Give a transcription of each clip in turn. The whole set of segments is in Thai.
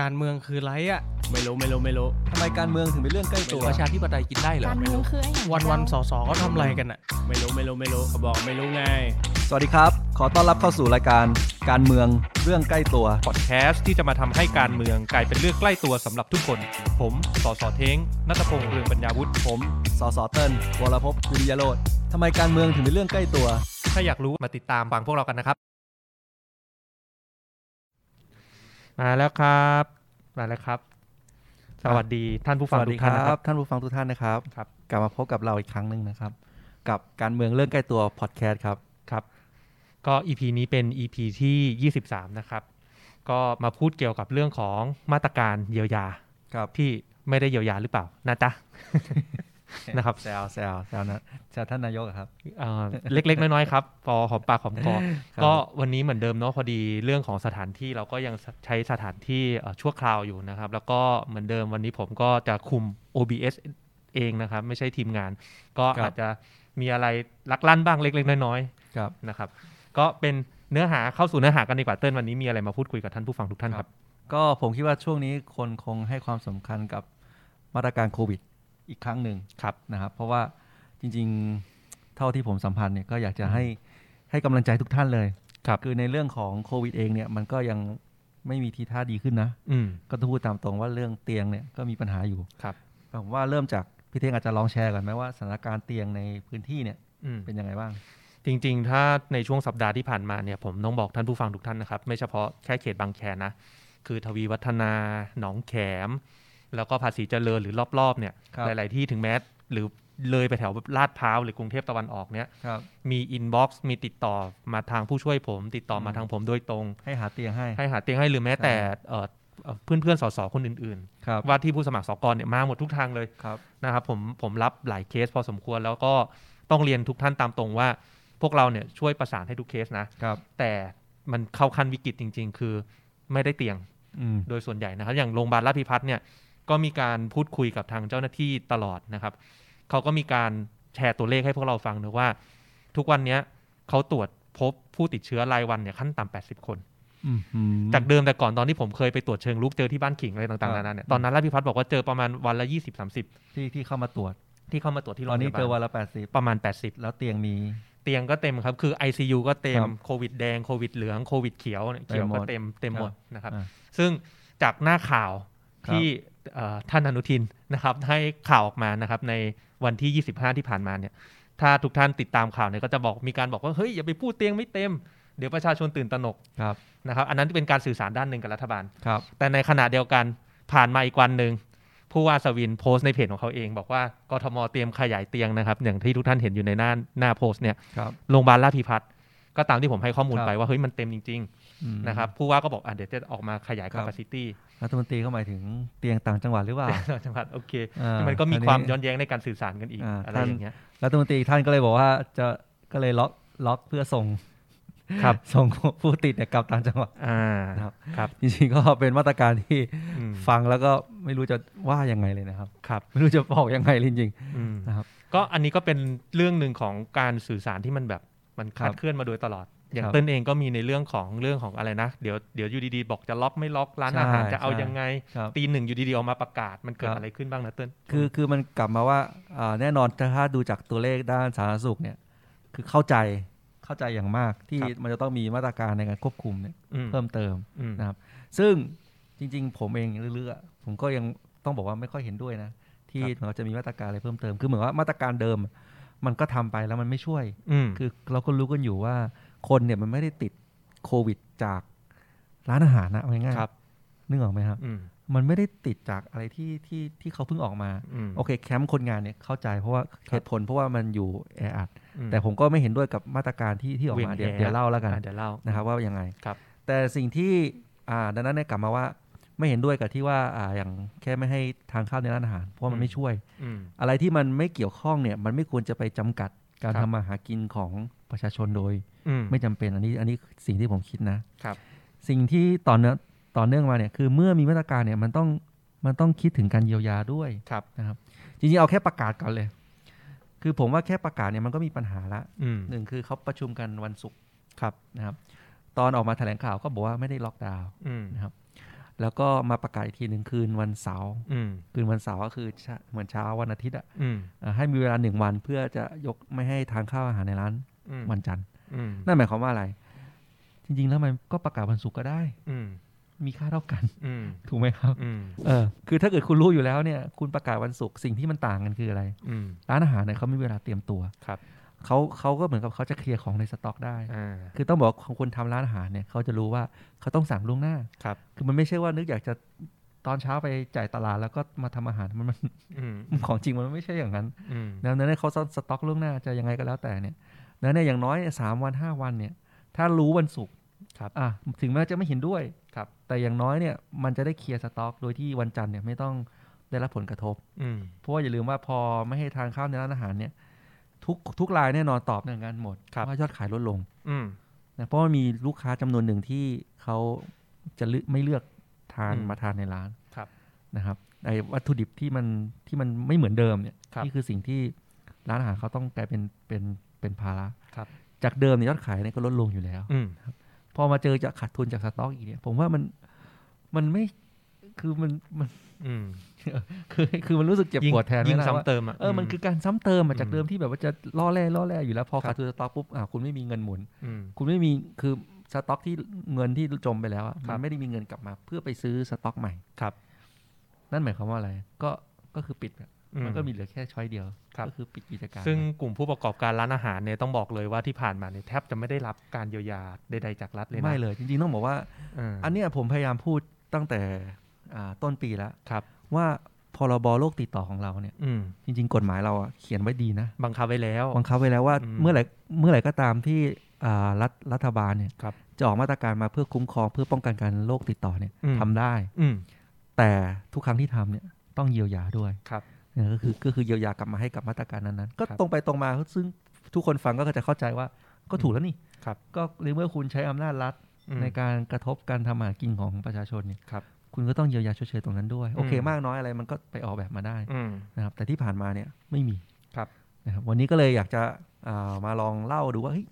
การเมืองคือไรอ่ะ ไม่รู้ไม่รู้ไม่รู้ ทำไมการเมืองถึงเป็นเรื่องใกล้ ไม่ ตัว รู้ประชาธิปไตยกินได้เหรอ การ ไม่ เมือง รู้ คือไอ้อย่าง วันวันๆสอสอเขาทำอะไรกันอ่ะ ไม่รู้ไม่รู้ไม่รู้เขาบอกไม่รู้ไง สวัสดีครับ ขอต้อนรับเข้าสู่รายการการเมืองเรื่องใกล้ตัว พอดแคสต์ที่จะมาทำให้การเมืองกลายเป็นเรื่องใกล้ตัวสำหรับทุกคน ผมสอสอเท้งนัตพงษ์เรืองปัญญาวุฒิ ผม สสเติ้ลวรภพวิริยโรธทำไมการเมืองถึงเป็นเรื่องใกล้ตัว ถ้าอยากรู้มาติดตามฟังพวกเรากันนะครับ มาแล้วครับ มาแล้วครับ สวัสดีท่านผู้ ส ฟัง วัส ทุ ดี ก ค ท่านนะค รั รั บบ ท่านผู้ฟังทุกท่านนะครับ ครับ กลับมาพบกับเราอีกครั้งหนึ่งนะครับ กับการเมืองเรื่องใกล้ตัวพอดแคสต์ครับ ครับ ก็ EP นี้เป็น EP ที่ 23 นะครับ ก็มาพูดเกี่ยวกับเรื่องของมาตรการเยียวยา ครับ ที่ไม่ได้เยียวยาหรือเปล่านะจ๊ะ นะครับ แซวแซวแซวนะแซวท่านนายกอะครับ เอ่อ เล็ก ๆ น้อยๆครับพอหอมปากหอมคอ ครับ ก็วันนี้เหมือนเดิมเนาะพอดีเรื่องของสถานที่เราก็ยังใช้สถานที่เอ่อชั่วคราวอยู่นะครับ แล้วก็เหมือนเดิมวันนี้ผมก็จะคุม OBS เองนะครับ ไม่ใช่ทีมงาน ก็ ครับ อาจจะมีอะไรลักลั่นบ้างเล็ก ๆ น้อย ครับ ๆนะครับ ก็เป็นเนื้อหาเข้าสู่เนื้อหากันดีกว่าเติ้ลวันนี้มีอะไรมาพูดคุยกับท่านผู้ฟังทุกท่านครับ ก็ผมคิดว่าช่วงนี้คนคงให้ความสำคัญกับมาตรการโควิดอีกครั้งหนึ่ง ครับ นะครับ เพราะว่าจริงๆเท่าที่ผมสัมพันธ์เนี่ยก็อยากจะให้ให้กำลังใจทุกท่านเลย ครับ คือในเรื่องของโควิดเองเนี่ยมันก็ยังไม่มีทีท่าดีขึ้นนะ อืม ก็ต้องพูดตามตรงว่าเรื่องเตียงเนี่ยก็มีปัญหาอยู่ ครับ ผมว่าเริ่มจากพี่เท่งอาจจะลองแชร์ก่อนไหมว่าสถานการณ์เตียงในพื้นที่เนี่ย อืม เป็นยังไงบ้าง จริงๆ ถ้าในช่วงสัปดาห์ที่ผ่านมาเนี่ยผมต้องบอกท่านผู้ฟังทุกท่านนะครับ ไม่เฉพาะแค่เขตบางแคนะ คือทวีวัฒนา หนองแขม แล้วก็ภาษีเจริญหรือรอบๆเนี่ย ครับ หลายๆที่ถึงแม้หรือเลยไปแถวลาดพร้าวหรือกรุงเทพตะวันออกเนี่ย ครับ มีอินบ็อกซ์มีติดต่อมาทางผู้ช่วยผม ติดต่อมา อืม ทางผมโดยตรง ให้หาเตียงให้ ให้หาเตียงให้หรือแม้แต่เอ่อเอ่อเพื่อนๆสสคนอื่น ครับ ๆ ว่าที่ผู้สมัครสกเนี่ยมาหมดทุกทางเลย ครับ นะครับผมผมรับหลายเคสพอสมควรแล้วก็ต้องเรียนทุกท่านตามตรงว่า พวกเราเนี่ยช่วยประสานให้ทุกเคสนะครับ แต่มันเข้าขั้นวิกฤตจริง ๆ คือไม่ได้เตียง อืม โดยส่วนใหญ่นะครับ อย่างโรงพยาบาลราชพิพัฒน์เนี่ยก็มีการพูดคุยกับทางเจ้าหน้าที่ตลอดนะครับเขาก็มีการแชร์ตัวเลขให้พวกเราฟังนะว่า ทุกวันเนี้ยเขาตรวจพบผู้ติดเชื้อรายวันเนี่ยขั้นต่ำ80 คน อืม จากเดิมแต่ก่อนตอนที่ผมเคยไปตรวจเชิงลุกเจอที่บ้านขิงอะไรต่างๆนานาเนี่ยตอนนั้นราชพิพัฒน์บอกว่าเจอประมาณวันละ20-30 ที่ที่เข้ามาตรวจ ที่เข้ามาตรวจที่โร ต ง อ พ น ยาบาล นี้เจอวันละแปดสิบ ประมาณ 80 แล้วเตียงมี เตียงก็เต็มครับ คือ ICU ก็เต็ม ครับ โควิดแดงโควิดเหลืองโควิดเขียวเนี่ย เต็ม เขียว หม ก็ ด เต็มเต็ม ครับ หมดนะครับ อ่า ซึ่งจากหน้าข่าว ครับ ที่เอ่อท่านอนุทินนะครับ ให้ข่าวออกมานะครับ ในวันที่ 25 ที่ผ่านมาเนี่ย ถ้าทุกท่านติดตามข่าวเนี่ยก็จะบอกมีการบอกว่าเฮ้ยอย่าไปพูดเตียงไม่เต็ม เดี๋ยวประชาชนตื่นตระหนก ครับ นะครับ อันนั้นเป็นการสื่อสารด้านหนึ่งกับรัฐบาล ครับ แต่ในขณะเดียวกันผ่านมาอีกวันหนึ่งผู้ว่าสวินโพสต์ในเพจของเขาเอง บอกว่ากทมเตรียมขยายเตียงนะครับ อย่างที่ทุกท่านเห็นอยู่ในหน้าหน้าโพสต์เนี่ย ครับ โรงพยาบาลราชพิพัฒน์ก็ตามที่ผมให้ข้อมูล ครับ ไปว่าเฮ้ยมันเต็มจริง อืม ๆ นะครับ ผู้ว่าก็บอกอ่ะเดี๋ยวจะออกมาขยาย ครับ capacity รัฐมนตรีเขาหมายถึงเตียงต่างจังหวัดหรือเป ล่า จังหวัดโอเค อ่า มันก็มี อันนี้ ความย้อนแย้งในการสื่อสารกันอีก อ่า อะไร ท่าน อย่างเงี้ย รัฐมนตรีอีกท่านก็เลยบอกว่าจะก็เลยล็อกล็อกเพื่อส่ง ครับ ส่งผู้ติดเนี่ยกลับต่างจังหวัด อ่า ครับ ครับ จริงๆก็เป็นมาตรการที่ อืม ฟังแล้วก็ไม่รู้จะว่ายังไงเลยนะครับ ครับ ไม่รู้จะบอกยังไงจริง อืม ๆนะครับ ก็อันนี้ก็เป็นเรื่องหนึ่งของการสื่อสารที่มันแบบมันคคลาด รับ เคลื่อนมาโดยตลอด อย่าง ครับ เต้นเองก็มีในเรื่องของเรื่องของอะไรนะ เดี๋ยวเดี๋ยวอยู่ดีๆบอกจะล็อกไม่ล็อกร้านอาหาร ใช่ จะเอา ใช่ ยังไง ครับ ตีหนึ่งอยู่ดีๆออกมาประกาศมันเกิด ครับ อะไรขึ้นบ้างนะเติ้ล คือคือมันกลับมาว่าอ่าแน่นอนถ้าดูจากตัวเลขด้านสาธารณสุขเนี่ยคือเข้าใจเข้าใจอย่างมากที่มันจะต้องมีมาตรการในการควบคุมเนี่ย อืม เพิ่มเติม อืม นะครับ ซึ่งจริง ๆ ผมเองเรื่อยๆผมก็ยังต้องบอกว่าไม่ค่อยเห็นด้วยนะ ที่ ครับ เหมือนกับจะมีมาตรการอะไรเพิ่มเติม คือเหมือนว่ามาตรการเดิม มันก็ทำไปแล้วมันไม่ช่วย อืม คือเราก็รู้กันอยู่ว่าคนเนี่ยมันไม่ได้ติดโควิดจากร้านอาหารนะเอาง่าย ครับ ๆนึกออกไหมครับ อืม มันไม่ได้ติดจากอะไรที่ที่ที่เขาเพิ่งออกมา อืม โอเคแคมป์คนงานเนี่ยเข้าใจเพราะว่าเหตุผลเพราะว่ามันอยู่แออัด อืม แต่ผมก็ไม่เห็นด้วยกับมาตรการที่ที่ออกมา เว้น เดี๋ยว แออัด เดี๋ยวเล่าแล้วกัน อ่ะเดี๋ยวเล่า นะครับว่ายังไง ครับ แต่สิ่งที่อ่าดังนั้นเนี่ยกลับมาว่าไม่เห็นด้วยกับที่ว่าอ่าอย่างแค่ไม่ให้ทางเข้าในร้านอาหาร เพราะว่ามั อื น ม ไม่ช่วย อืม อะไรที่มันไม่เกี่ยวข้องเนี่ยมันไม่ควรจะไปจำกัดการ ครับ ทำมาหากินของประชาชนโดย อืม ไม่จำเป็นอันนี้อันนี้สิ่งที่ผมคิดนะครับ สิ่งที่ต่อเนื่องต่อเนื่องมาเนี่ยคือเมื่อมีมาตรการเนี่ยมันต้องมันต้องคิดถึงการเยียวยาด้วย ครับ นะครับจริงๆเอาแค่ประกาศก่อนเลย คือผมว่าแค่ประกาศเนี่ยมันก็มีปัญหาละ อืม หนึ่งคือเขาประชุมกันวันศุกร์ ครับ นะครับ ตอนออกมาแถลงข่าวก็บอกว่าไม่ได้ล็อกดาวน์ อืม นะครับ แล้วก็มาประกาศอีกทีหนึ่งคืนวันเสาร์ อืม คืนวันเสาร์ก็คือเช้าเหมือนเช้าวันอาทิตย์อะ อืม อ่ะให้มีเวลาหนึ่งวันเพื่อจะยกไม่ให้ทานข้าวอาหารในร้าน อืม วันจันทร์ อืม นั่นหมายความว่าอะไร จริง ๆ แล้วมันก็ประกาศวันศุกร์ก็ได้ อืม มีค่าเท่ากัน อืม ถูกไหมครับ อืม เออคือถ้าเกิดคุณรู้อยู่แล้วเนี่ย คุณประกาศวันศุกร์สิ่งที่มันต่างกันคืออะไร อืม ร้านอาหารเนี่ยเขาไม่มีเวลาเตรียมตัว ครับ เขาเขาก็เหมือนกับเขาจะเคลียร์ของในสต็อกได้ อ่า คือต้องบอกว่าคนทำร้านอาหารเนี่ยเขาจะรู้ว่าเขาต้องสั่งล่วงหน้า ครับ คือมันไม่ใช่ว่านึกอยากจะตอนเช้าไปจ่ายตลาดแล้วก็มาทำอาหารมันมัน อืม มันของจริงมันไม่ใช่อย่างนั้น อืม ดังนั้นเนยเขาสต็อกล่วงหน้าจะยังไงก็แล้วแต่เนี่ยดังนั้นเนี่ยอย่างน้อยสามวันห้าวันเนี่ย ถ้ารู้วันศุกร์ ครับ อ่ะถึงแม้จะไม่เห็นด้วย ครับ แต่อย่างน้อยเนี่ยมันจะได้เคลียร์สต็อกโดยที่วันจันทร์เนี่ยไม่ต้องได้รับผลกระทบ อืม เพราะว่าอย่าลืมว่าพอไม่ให้ทานข้าวในร้านอาหารเนี่ย ทุกทุกรายแน่นอนตอบเหมือนกันหมดว่ายอดขายลดลง อืม นะเพราะว่ามีลูกค้าจำนวนหนึ่งที่เขาจะเลือกไม่เลือกทาน อืม มาทานในร้าน ครับ นะครับไอ้วัตถุดิบที่มันที่มันไม่เหมือนเดิมเนี่ย ครับ นี่คือสิ่งที่ร้านอาหารเขาต้องกลายเป็นเป็นเป็นภาระ ครับ จากเดิมเนี่ยยอดขายเนี่ยก็ลดลงอยู่แล้ว อืม พอมาเจอจะขาดทุนจากสต็อกอีกเนี่ยผมว่ามันมันไม่คือมันมัน อืม คือคือมันรู้สึกเจ็บปวดแทน ยิ่ง ไม่ได้ว่า ซ้ำเติมอ่ะ เออ มันคือการซ้ำเติมอะจาก อืม เดิมที่แบบว่าจะล่อแร่ล่อแร่อยู่แล้ว พอ ครับ ขาดทุนสต็อกปุ๊บอ่าคุณไม่มีเงินหมุน อืม คุณไม่มีคือสต็อกที่เงินที่จมไปแล้วอะ คมัรับ นไม่ได้มีเงินกลับมา เพื่อไปซื้อสต็อกใหม่ ครับ นั่นหมายความว่าอะไร ก็ก็คือปิดอะ อื มันก็มีเหลือแค่ช้อยเดียว ครับ ก็คือปิดกิจการ ซึ่งกลุ่มผู้ประกอบการร้านอาหารเนี่ยต้องบอกเลยว่าที่ผ่านมาเนี่ยแทบจะไม่ได้รับการเยียวยาใดๆจากรัฐเลยนะ ไม่เลย จริงๆต้องบอกว่า ม อันเนี้ยผมพยายามพูดตั้งแต่อ่าต้นปีแล้ว ครับ ว่าพรบโรคติดต่อของเราเนี่ย อืม จริง ๆ กฎหมายเราอะเขียนไว้ดีนะ บังคับไว้แล้ว บังคับไว้แล้วว่า อืม เมื่อไหร่เมื่อไหร่ก็ตามที่อ่ารัฐรัฐบาลเนี่ย ครับ จะออกมาตรการมาเพื่อคุ้มครองเพื่อป้องกันการโรคติดต่อเนี่ย อืม ทำได้ อืม แต่ทุกครั้งที่ทำเนี่ยต้องเยียวยาด้วย ครับ เนี่ยก็คือก็คือเยียวยากลับมาให้กับมาตรการนั้นๆ ก็ ครับ ตรงไปตรงมาซึ่งทุกคนฟังก็จะเข้าใจว่าก็ถูกแล้วนี่ ครับ ก็ในเมื่อคุณใช้อำนาจรัฐ อืม ในการกระทบการทำมาหากินของประชาชนเนี่ย ครับ คุณก็ต้องเยียวยาชดเชยตรงนั้นด้วยโอเค อืม มากน้อยอะไรมันก็ไปออกแบบมาได้ อืม นะครับแต่ที่ผ่านมาเนี่ยไม่มี ครับ นะครับวันนี้ก็เลยอยากจะอ่ามาลองเล่าดูว่าเฮ้ย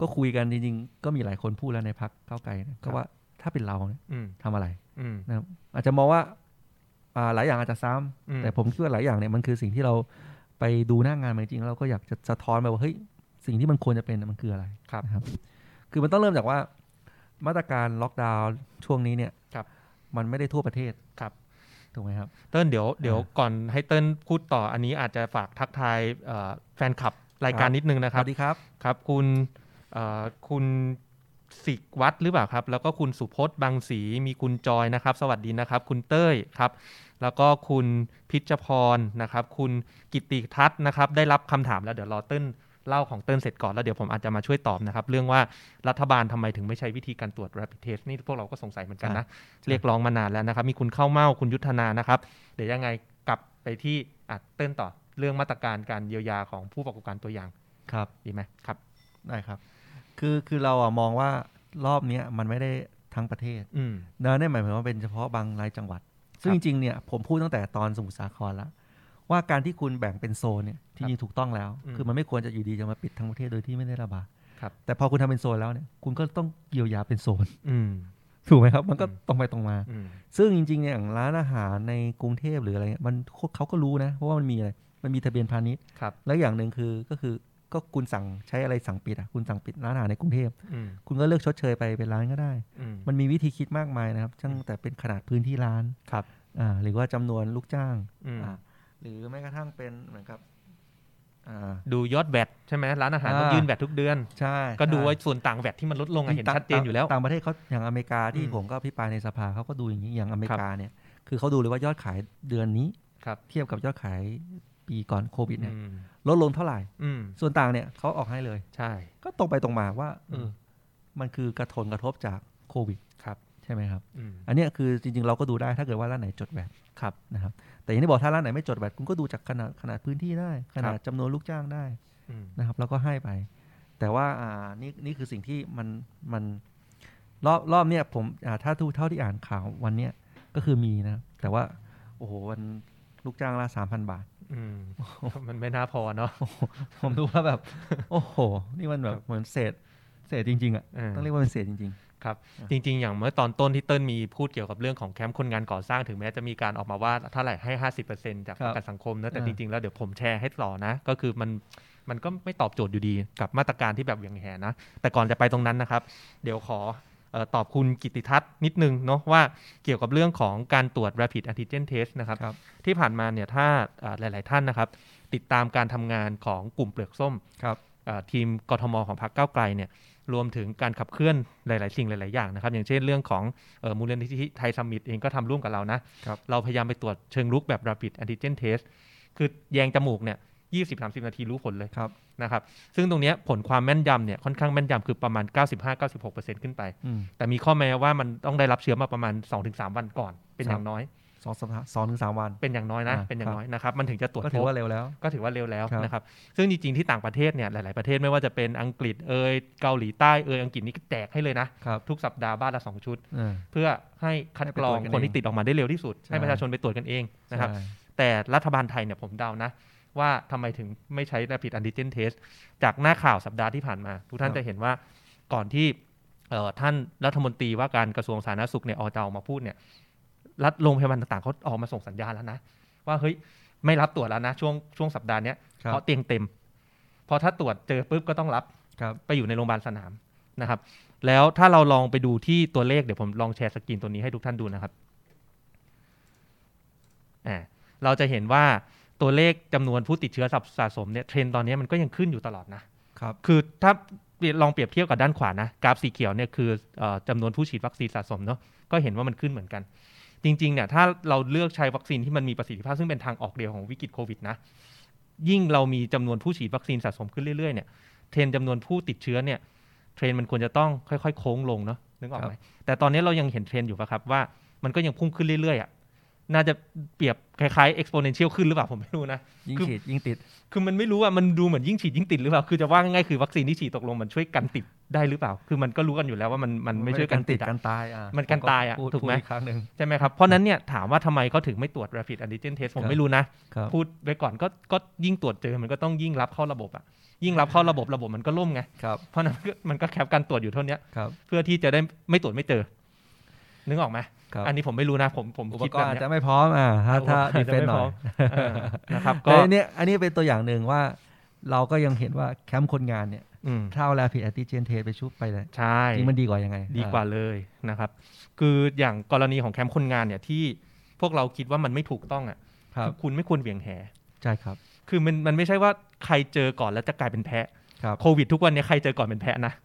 ก็คุยกันจริงๆ ก็มีหลายคนพูดแล้วในพักเก้าวไกลเนี่ย ครั ก็ บ ว่าถ้าเป็นเราเนี่ย อืม ทำอะไร อืม นะครับอาจจะมองว่าอ่าหลายอย่างอาจจะซ้ำ อืม แต่ผมคิดว่าหลายอย่างเนี่ยมันคือสิ่งที่เราไปดูหน้างงานมาจริงๆแล้วเราก็อยากจะสะท้อนไปว่าเฮ้ยสิ่งที่มันควรจะเป็นน่ะมันคืออะไร ครับ นะครับ คือมันต้องเริ่มจากว่ามาตรการล็อกดาวน์ช่วงนี้เนี่ย ครับ มันไม่ได้ทั่วประเทศ ครับ ถูกไหมครับ เติ้ลเดี๋ยวเดี๋ยวก่อนให้เติ้ลพูดต่ออันนี้อาจจะฝากทักทายเอ่อแฟนคลับรายกาครรับ นิดนึงนะ ส ครับ วัสดีครับ ครับคุณเอ่อคุณสิกวัดหรือเปล่าครับ แล้วก็คุณสุพจน์บางสีมีคุณจอยนะครับ สวัสดีนะครับ คุณเต้ยครับ แล้วก็คุณพิชพรนะครับ คุณกิติทัศน์นะครับ ได้รับคำถามแล้วเดี๋ยวรอเติ้ลเล่าของเติ้ลเสร็จก่อนแล้วเดี๋ยวผมอาจจะมาช่วยตอบนะครับ เรื่องว่ารัฐบาลทำไมถึงไม่ใช้วิธีการตรวจ rapid test นี่พวกเราก็สงสัยเหมือนกันนะ เรียกร้องมานานแล้วนะครับ มีคุณเข้าเมาคุณยุทธนานะครับ เดี๋ยวยังไงกลับไปที่อ่ะเติ้ลต่อเรื่องมาตรการการเยียวยาของผู้ประกอบการตัวอย่าง ครับ ดีไหมครับ ได้ครับ คือ คือเราอะมองว่ารอบเนี้ยมันไม่ได้ทั้งประเทศ อืม เนอะนั่นหมายความว่าเป็นเฉพาะบางรายจังหวัด ซึ่งจริงๆ เนี่ยผมพูดตั้งแต่ตอนสมุทรสาครแล้ว ว่าการที่คุณแบ่งเป็นโซนเนี่ยจริงๆถูกต้องแล้ว อืม คือมันไม่ควรจะอยู่ดีจะมาปิดทั้งประเทศโดยที่ไม่ได้ระบาด ครับ แต่พอคุณทำเป็นโซนแล้วเนี่ยคุณก็ต้องเยียวยาเป็นโซน อืม ถูกไหมครับ มันก็ อืม ตรงไปตรงมา อืม ซึ่งจริงๆเนี่ยอย่างร้านอาหารในกรุงเทพหรืออะไรเงี้ยมันเขาก็รู้นะเพราะว่ามันมีอะไรมันมีทะเบียนพาณิชย์ ครับ แล้วอย่างหนึ่งคือก็คือก็คุณสั่งใช้อะไรสั่งปิดอ่ะคุณสั่งปิดร้านอาหารในกรุงเทพ อืม คุณก็เลือกชดเชยไปเป็นร้านก็ได้ อืม มันมีวิธีคิดมากมายนะครับตั้งแต่เป็นขนาดพื้นที่ร้าน ครับ อ่าหรือว่าจำนวนลูกจ้าง อืม อ่าหรือแม้กระทั่งเป็นเหมือนกับอ่า ดูยอดแวดใช่ไหมร้านอาหารต้อง อ่ายื่ ยื่นแวดทุกเดือน ใช่ ก็ดู ใช่ ว่าส่วนต่างแวดที่มันลดลงอะเห็น ต่า ชัดเจนอยู่แล้ว ต่างประเทศเขาอย่างอเมริกาที่ อืม ผมก็พิปรายในสภาเขาก็ดูอย่างนี้อย่างอเมริกาเนี่ย คือเขาดูเลยว่ายอดขายเดือนนี้ ครับ เทียบกับยอดขายปีก่อนโควิดเนี่ย อืม ลดลงเท่าไหร่ อืม ส่วนต่างเนี่ยเขาออกให้เลย ใช่ ก็ตรงไปตรงมาว่าเออ ม อมันคือกระทนกระทบจากโควิด ครับ ใช่ไหมครับ อืม อันเนี้ยคือจริงๆ เราก็ดูได้ถ้าเกิดว่าร้านไหนจดแบต ครับ นะครับแต่อย่างที่บอกถ้าร้านไหนไม่จดแบตคุณก็ดูจากขนาดขนาดพื้นที่ได้ ขนาดจำนวนลูกจ้างได้ อืม นะครับแล้วก็ให้ไป แต่ว่าอ่านี่นี่คือสิ่งที่มันมันรอบรอบเนี้ยผมอ่าถ้าทูเท่าที่อ่านข่าววันเนี้ยก็คือมีนะแต่ว่าโอ้โหวันลูกจ้างละสามพันบาท อืม มันไม่น่าพอเนาะ ผมดูแล้วแบบ โอ้โห นี่มันแบบเหมือนเศษเศษจริงๆอ่ะ เออ ต้องเรียกว่าเป็นเศษจริง ครับ อ่ะ จริง ๆ อย่างเมื่อตอนต้นที่เติ้ลมีพูดเกี่ยวกับเรื่องของแคมป์คนงานก่อสร้างถึงแม้จะมีการออกมาว่าเท่าไหร่ให้ 50%จาก ครั ป บ ระกันสังคมนะแต่ อ่า จริง ๆ แล้วเดี๋ยวผมแชร์ให้ต่อนะ ก็คือมันมันก็ไม่ตอบโจทย์อยู่ดีกับมาตรการที่แบบเหวี่ยงแหนะ แต่ก่อนจะไปตรงนั้นนะครับ เดี๋ยวขอเออตอบคุณกิติทัศน์นิดนึงเนาะว่าเกี่ยวกับเรื่องของการตรวจ rapid antigen test นะครับ ครับ ที่ผ่านมาเนี่ยถ้าเอ่อหลาย ๆ ท่านนะครับ ติดตามการทำงานของกลุ่มเปลือกส้ม ครับ เอ่อทีมกทมของพรรคก้าวไกลเนี่ยรวมถึงการขับเคลื่อนหลาย ๆ สิ่งหลาย ๆ อย่างนะครับ อย่างเช่นเรื่องของเออมูลนิธิไทยสมมิตเองก็ทำร่วมกับเรานะครับ เราพยายามไปตรวจเชิงลุกแบบ rapid antigen test คือแยงจมูกเนี่ยยี่สิบสามสิบนาทีรู้ผลเลย ครับ นะครับ ซึ่งตรงเนี้ยผลความแม่นยำเนี่ยค่อนข้างแม่นยำคือประมาณ 95-96%ขึ้นไป อืม แต่มีข้อแม้ว่ามันต้องได้รับเชื้อมาประมาณ 2-3 วันก่อน เป็นอย่างน้อย สองสัปดาห์สองถึงสามวัน เป็นอย่างน้อยนะ อ่า เป็นอย่างน้อยนะครับ มันถึงจะตรวจ ก็ พ ถือบ ว่าเร็วแล้ว ก็ถือว่าเร็วแล้ว ครับ นะครับ ซึ่งจริงๆที่ต่างประเทศเนี่ยหลายๆประเทศไม่ว่าจะเป็นอังกฤษเอยเกาหลีใต้เอยอังกฤษนี่ก็แจกให้เลยนะครับ ทุกสัปดาห์บ้านละสองชุด อ่า เพื่อให้คัดกรอง ให้ไปตรวจกัน คน เอง ที่ติดออกมาได้เร็วที่สุด ใช่ ให้ประชาชนไปตรวจกันเองนะครับ ใช่ แต่รัฐบาลไทยเนี่ยผมเดานะ ว่าทำไมถึงไม่ใช้ rapid antigen test จากหน้าข่าวสัปดาห์ที่ผ่านมา ทุกท่าคนรับ จะเห็นว่าก่อนที่เอ่อท่านรัฐมนตรีว่าการกระทรวงสาธารณสุขเนี่ยอจะออกมาพูดเนี่ยรัฐโรงพยาบาลต่างๆเขาออกมาส่งสัญญาณแล้วนะ ว่าเฮ้ยไม่รับตรวจแล้วนะ ช่วงช่วงสัปดาห์เนี้ย ครั เพ บ ราะเตียงเต็มเพราะถ้าตรวจเจอปุ๊บก็ต้องรับ ครับ ไปอยู่ในโรงพยาบาลสนามนะครับ แล้วถ้าเราลองไปดูที่ตัวเลขเดี๋ยวผมลองแชร์สกรีนตัวนี้ให้ทุกท่านดูนะครับอ่าเราจะเห็นว่าตัวเลขจำนวนผู้ติดเชื้อสะสะสมเนี่ยเทรนด์ตอนนี้มันก็ยังขึ้นอยู่ตลอดนะ ครับ คือถ้าลองเปรียบเทียบกับด้านขวานะ กราฟสีเขียวเนี่ยคือเออจำนวนผู้ฉีดวัคซีนสะสมเนาะก็เห็นว่ามันขึ้นเหมือนกัน จริงๆเนี่ยถ้าเราเลือกใช้วัคซีนที่มันมีประสิทธิภาพซึ่งเป็นทางออกเดียวของวิกฤตโควิดนะยิ่งเรามีจำนวนผู้ฉีดวัคซีนสะสมขึ้นเรื่อยๆเนี่ยเทรนด์จำนวนผู้ติดเชื้อเนี่ยเทรนด์มันควรจะต้องค่อยๆโค้งลงเนาะนึกออกไหมแต่ตอนนี้เรายังเห็นเทรนด์อยู่ปะครับว่ามันก็ยังพุ่งขึ้นเรื่อยๆอะ่ะน่าจะเปรียบคล้ายๆ exponential ขึ้นหรือเปล่าผมไม่รู้นะ ยิ่ง คือ ฉีดยิ่งติด คือมันไม่รู้อะมันดูเหมือนยิ่งฉีดยิ่งติดหรือเปล่า คือจะว่าง่ายๆคือวัคซีนที่ฉีดตกลงมันช่วยกันติดได้หรือเปล่า คือมันก็รู้กันอยู่แล้วว่ามันมันไม่ช่วยกันติดอะ กันตายอ่ะ มันกันตายอ่ะ พูด ถูกไหม พูดอีครั้งหนึ่ง ใช่ไหมครับ เพราะฉะนั้นเนี่ยถามว่าทำไมเขาถึงไม่ตรวจ rapid antigen test ผม ครับ ไม่รู้นะ ครับ พูดไปก่อนก็ก็ยิ่งตรวจเจอมันก็ต้องยิ่งรับเข้าระบบอะยิ่งรับเข้าระบบระบบมันก็ล่มไง ครับ เพราะฉะนั้นก็มันก็แคปการตรวจอยู่เท่าเนี้ย ครับ เพื่อที่จะได้ไม่ตรวจไม่เจอ นึกออกไหม ครับ อันนี้ผมไม่รู้นะผมผม อุป คิด ก แบ รณ์ บ อาจ เนี้ย จะไม่พร้อมอ่ะถ้าถ้า อุปกรณ์ ดี อาจ เฟ จะ นต์ ไม่ หน่พอร้อย มเออนะครับ แต่ ก็ อันเนี้ยอันนี้เป็นตัวอย่างหนึ่งว่า เราก็ยังเห็นว่าแคมป์คนงานเนี่ย อืม ถ้าเอาแลผิดแอนติเจนเทสไปชุบไปเลย ใช่ จริงมันดีกว่ายังไง ดีกว่าเลยนะครับ คืออย่างกรณีของแคมป์คนงานเนี่ยที่พวกเราคิดว่ามันไม่ถูกต้องอ่ะ อ่ะครับ อคุณไม่ควรเหวี่ยงแห ใช่ครับ คือมันมันไม่ใช่ว่าใครเจอก่อนแล้วจะกลายเป็นแพะ ครับ โควิดทุกวันเนี้ใครเจอก่อนเป็นแพะนะ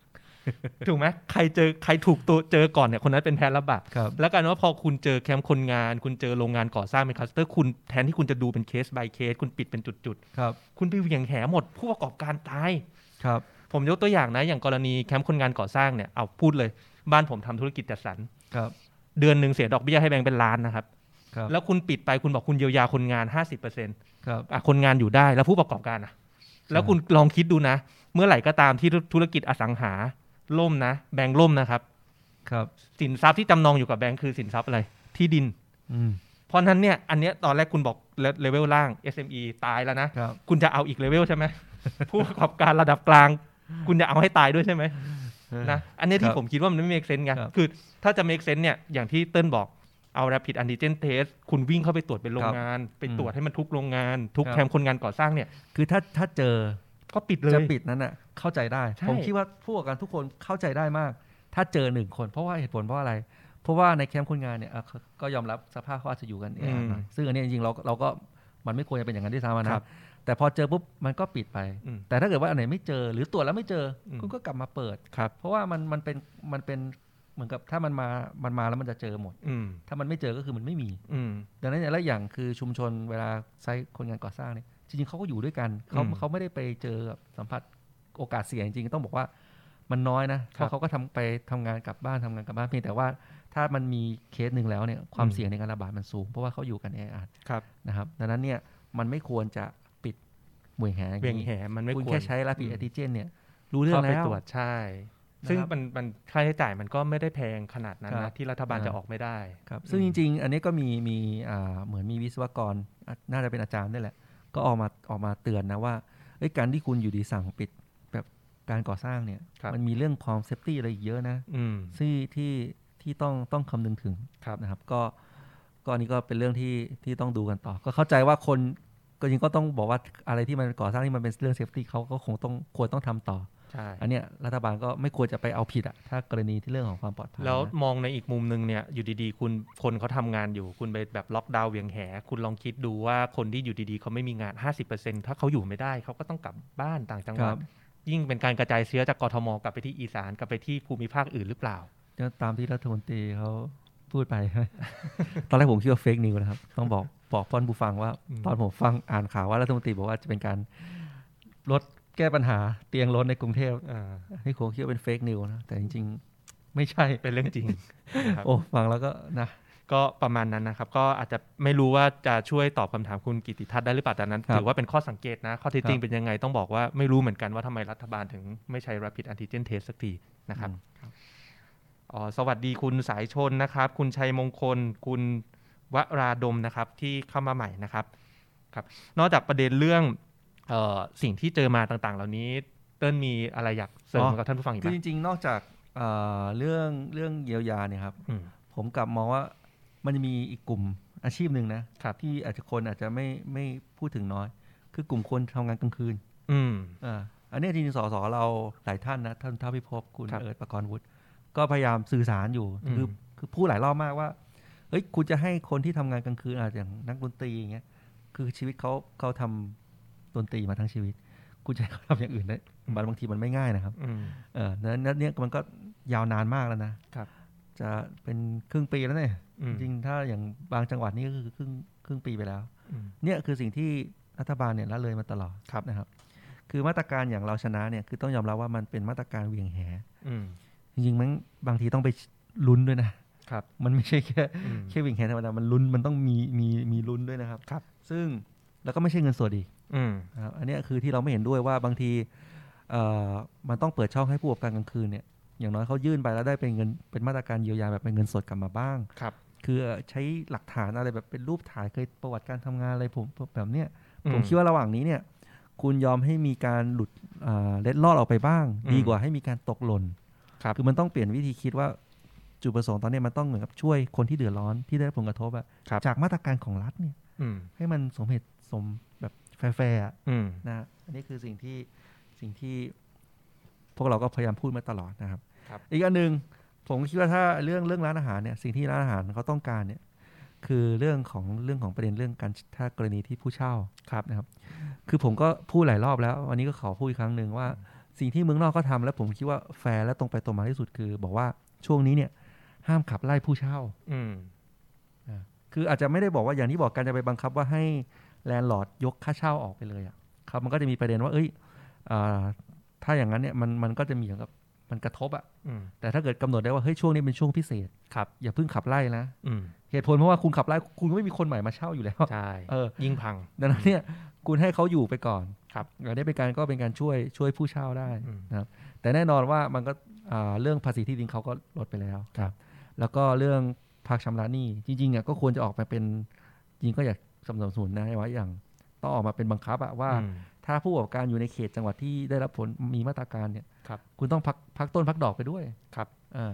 ถูกไหมใครเจอใครถูกตัวเจอก่อนเนี่ยคนนั้นเป็นแพะระบาด ครับ แล้วกันว่าพอคุณเจอแคมป์คนงาน คุณเจอโรงงานก่อสร้างเป็นคลัสเตอร์คุณแทนที่คุณจะดูเป็นเคส by เคส คุณปิดเป็นจุด ครับ ๆ คุณไปเหวี่ยงแหหมดผู้ประกอบการตาย ครับ ผมยกตัวอย่างนะอย่างกรณีแคมป์คนงานก่อสร้างเนี่ยเอาพูดเลย บ้านผมทำธุรกิจจัดสรร ครับ เดือนหนึ่งเสียดอกเบี้ยให้แบงค์เป็นล้านนะครับ ครับ แล้วคุณปิดไปคุณบอกคุณเยียวยาคนงาน 50%อ ครับ ่ะคนงานอยู่ได้แล้วผู้ประกอบการอ่ะ แล้วคุณลองคิดดูนะ เมื่อไหร่ก็ตามที่ธุรกิจอสังหาล่มนะ แบงค์ล่มนะครับ ครับ สินทรัพย์ที่จำนองอยู่กับแบงค์คือสินทรัพย์อะไร ที่ดิน อืม เพราะฉะนั้นเนี่ย อันเนี้ยตอนแรกคุณบอกเลเวลล่าง SME ตายแล้วนะ ครับ คุณจะเอาอีกเลเวลใช่ไหม ผู้ประกอบการระดับกลาง คุณจะเอาให้ตายด้วยใช่ไหม นะอันเนี้ย ค ที่ รับ ผมคิดว่ามันไม่ make sense ไง ครับ คือถ้าจะ make sense เนี่ยอย่างที่เติ้ลบอกเอา rapid antigen test คุณวิ่งเข้าไปตรวจเป็นโรงงาน ไปตรวจให้มันทุกโรงงาน ทุก ครับ แคมป์คนงานก่อสร้างเนี่ย คือถ้าถ้าเจอ ก็ปิดเลย จะปิดนั้นน่ะเข้าใจได้ ใช่ ผมคิดว่าผู้ประกอบการทุกคนเข้าใจได้มาก ถ้าเจอหนึ่งคน เพราะว่าเหตุผลเพราะอะไร เพราะว่าในแคมป์คนงานเนี่ยอ่ะก็ก็ยอมรับสภาพเขาอาจจะอยู่กันแออัดหน่อยซึ่งอันนี้จริงๆเราเราก็มันไม่ควรจะเป็นอย่างนั้นด้วยซ้ำอะ ครั นะ บ แต่พอเจอปุ๊บมันก็ปิดไป อืม แต่ถ้าเกิดว่าอันไหนไม่เจอ หรือตรวจแล้วไม่เจออ ม คุณก็กลับมาเปิด ครับ เพราะว่ามันมันเป็นมันเป็นเหมือนกับถ้ามันมามันมาแล้วมันจะเจอหมด อืม ถ้ามันไม่เจอก็คือมันไม่มี อืม ดังนั้นเนี่ยแล้วอย่างคือชุมชนเวลาใช้คนงานก่อสร้างเนี่ยจริงๆเขาก็อยู่ด้วยกันเขา อืม เขาไม่ได้ไปเจอกับสัมผัสโอกาสเสี่ยงจริงๆต้องบอกว่ามันน้อยนะเพ ครับ ราะเขาก็ทำไปทำงานกลับบ้านทำงานกลับบ้านเพียงแต่ว่าถ้ามันมีเคสหนึ่งแล้วเนี่ยความ อืม เสี่ยงในการระบาดมันสูง เพราะว่าเขาอยู่กันแออัด ครับ นะครับดังนั้นเนี่ยมันไม่ควรจะปิดเหวยงแหอย่าง เวียง นี้ แหมันไม่ คุณ ควร แค่ใช้ลาปิ อืม แอติเจนเนี่ยรู้เรื่อง ข้าไป แล้ว ตรวจใช่ ซึ่ง นะครับ มันมันค่าใช้จ่ายมันก็ไม่ได้แพงขนาดนั้น ครั นะ บ ที่รัฐบาล อ่า จะออกไม่ได้ ครับซึ่ง อื จ ม ริง ๆ อันนี้ก็มีมีอ่าเหมือนมีวิศวกรอ่ะน่าจะเป็นอาจารย์นี่แหละ ก็ออกมาออกมาเตือนนะว่าเอ้ยการที่คุณอยู่ดีสั่งปิดแบบ การก่อสร้างเนี่ย ครับ มันมีเรื่องความเซฟตี้อะไรอีกเยอะนะ อืม ที่ที่ที่ต้องต้องคำนึงถึง ครับ นะครับ ก็ก็อันนี้ก็เป็นเรื่องที่ที่ต้องดูกันต่อ ก็เข้าใจว่าคนก็จริงก็ต้องบอกว่าอะไรที่มันก่อสร้างที่มันเป็นเรื่องเซฟตี้เขาก็คงต้องควรต้องทำต่อ ใช่ อันเนี้ยรัฐบาลก็ไม่ควรจะไปเอาผิดอะถ้ากรณีที่เรื่องของความปลอดภัยนะ แล้วมองในอีกมุมหนึ่งเนี่ยอยู่ดีๆ คุณคนเขาทำงานอยู่ คุณไปแบบล็อกดาวน์เหวียงแห คุณลองคิดดูว่าคนที่อยู่ดีๆเขาไม่มีงาน 50%ถ้าเขาอยู่ไม่ได้เขาก็ต้องกลับบ้านต่างจังหวั ครั ด บ ยิ่งเป็นการกระจายเชื้อจากกทมกลับไปที่อีสานกลับไปที่ภูมิภาคอื่นหรือเปล่า ก็ตามที่รัฐมนตรีเขาพูดไป ตอนแรกผมคิดว่าเฟกนิวนะครับ ต้องบอกบอกพ่อนผู้ฟังว่า อืม ตอนผมฟังอ่านข่าวว่ารัฐมนตรีบอกว่าจะเป็นการลดแก้ปัญหาเตียงล้นในกรุงเทพ อ่า ให้โคคิดว่าเป็นเฟกนิวนะ แต่จริงๆ ไม่ใช่ เป็นเรื่องจริง ครับ โอ้ ฟังแล้วก็นะ ก็ประมาณนั้นนะครับ ก็อาจจะไม่รู้ว่าจะช่วยตอบคำถามคุณกิติทัศน์ได้หรือเปล่าแต่นั้น ครับ ถือว่าเป็นข้อสังเกตนะ ข้อเท็จจริ ค ง รับ เป็นยังไงต้องบอกว่าไม่รู้เหมือนกันว่าทำไมรัฐบาลถึงไม่ใช้ rapid antigen test สักทีนะครับ อ๋อสวัสดีคุณสายชนนะครับ คุณชัยมงคล คุณวราดมนะครับที่เข้ามาใหม่นะครับครับ นอกจากประเด็นเรื่องเออสิ่งที่เจอมาต่างๆ เหล่านี้เติ้ลมีอะไรอยากเสริมกับท่านผู้ฟังอีก คื ไหม อจริงๆ นอกจากเอ่อเรื่องเรื่องเยียวยาเนี่ยครับ อืม ผมกลับมองว่ามันจะมีอีกกลุ่มอาชีพหนึ่งนะครับ ที่อาจจะคนอาจจะไม่ไม่พูดถึงน้อย คือกลุ่มคนทำงานกลางคืน อืม อ่าอันเนี้ยจริงๆสสเราหลายท่านนะท่านเท่าพิภพคุณ ครับ เอิร์ธประกรณ์วุฒิก็พยายามสื่อสารอยู่ อืม คือคือพูดหลายรอบมากว่าเฮ้ยคุณจะให้คนที่ทำงานกลางคืนอาอย่างนักดนตรีอย่างเงี้ยคือชีวิตเขาเขาทำดนตรีมาทั้งชีวิต คุณจะให้เขาทำอย่างอื่นได้มันบางทีมันไม่ง่ายนะครับ อืม เออนั้นนั้นเนี่ยมันก็ยาวนานมากแล้วนะครับ จะเป็นครึ่งปีแล้วเนี่ย อื จ ม ริงๆถ้าอย่างบางจังหวัดนี่ก็คือครึ่งครึ่งปีไปแล้ว อืม เนี่ยคือสิ่งที่รัฐบาลเนี่ยละเลยมาตลอด ครับ นะครับ คือมาตรการอย่างเราชนะเนี่ยคือต้องยอมรับว่ามันเป็นมาตรการเหวียงแห อืม จริงๆมันบางทีต้องไปลุ้นด้วยนะครับ มันไม่ใช่แค่ อืม แค่เหวียงแหธรรมดามันลุ้นมันต้องมีมีมีลุ้นด้วยนะครับ ครับ ซึ่งแล้วก็ไม่ใช่เงินสดอีก อืม นะครับอันเนี้ยคือที่เราไม่เห็นด้วยว่าบางทีเอ่อมันต้องเปิดช่องให้ผู้ประกอบการกลางคืนเนี่ยอย่างน้อยเขายื่นไปแล้วได้เป็นเงินเป็นมาตรการเยียวยาแบบเป็นเงินสดกลับมาบ้าง ครับ คือใช้หลักฐานอะไรแบบเป็นรูปถ่ายเคยประวัติการทำงานอะไรผมแบบเนี้ย ผมคิดว่าระหว่างนี้เนี่ย คุณยอมให้มีการหลุดอ่าเล็ดลอดออกไปบ้าง อืม ดีกว่าให้มีการตกหล่น ครับ อมันต้องเปลี่ยนวิธีคิดว่าจุดประสงค์ตอนเนี้ยมันต้องเหมือนกับช่วยคนที่เดือดร้อนที่ได้รับผลกระทบอะ ครับ จากมาตรการของรัฐเนี่ย อืม ให้มันสมเหตุสมแบบแฟร์ๆอะ อืม นะ อันนี้คือสิ่งที่สิ่งที่ พวกเราก็พยายามพูดมาตลอดนะครับ ครับ อีกอันหนึ่งผมคิดว่าถ้าเรื่องเรื่องร้านอาหารเนี่ยสิ่งที่ร้านอาหารเขาต้องการเนี่ยคือเรื่องของเรื่องของประเด็นเรื่องการถ้ากรณีที่ผู้เช่า ครับ นะครับคือผมก็พูดหลายรอบแล้ว วันนี้ก็ขอพูดอีกครั้งหนึ่งว่า สิ่งที่เมืองนอกก็ทำและผมคิดว่าแฟร์และตรงไปตรงมาที่สุดคือ บอกว่าช่วงนี้เนี่ยห้ามขับไล่ผู้เช่า อืม คืออาจจะไม่ได้บอกว่าอย่างที่บอกการจะไปบังคับว่าให้แลนด์ลอร์ดยกค่าเช่าออกไปเลยอะครับมันก็จะมีประเด็นว่าเอ้ยเอ่อถ้าอย่างนั้นเนี่ยมันมันก็จะมีเหมือนกับมันกระทบอะ อืม แต่ถ้าเกิดกำหนดได้ว่าเฮ้ยช่วงนี้เป็นช่วงพิเศษ ครับ อย่าเพิ่งขับไล่นะ อืม เหตุผลเพราะว่าคุณขับไล่คุณก็ไม่มีคนใหม่มาเช่าอยู่แล้ว ใช่ เออ ยิ่งพัง ดังนั้นเนี่ยคุณให้เขาอยู่ไปก่อน ครับ อันนี้เป็นการก็เป็นการช่วยช่วยผู้เช่าได้ อืม นะครับแต่แน่นอนว่ามันก็อ่าเรื่องภาษีที่ดินเขาก็ลดไปแล้วครับ แล้วก็เรื่องภาคชำระหนี้จริงๆอ่ะก็ควรจะออกมาเป็นจริงก็อยากสนับสนุนนะว่าอย่างต้องออกมาเป็นบังคับอะว่า อืม ถ้าผู้ประกอบการอยู่ในเขตจังหวัดที่ได้รับผลมีมาตรการเนี่ย ครับ คุณต้องพักพักต้นพักดอกไปด้วย ครับ อ่า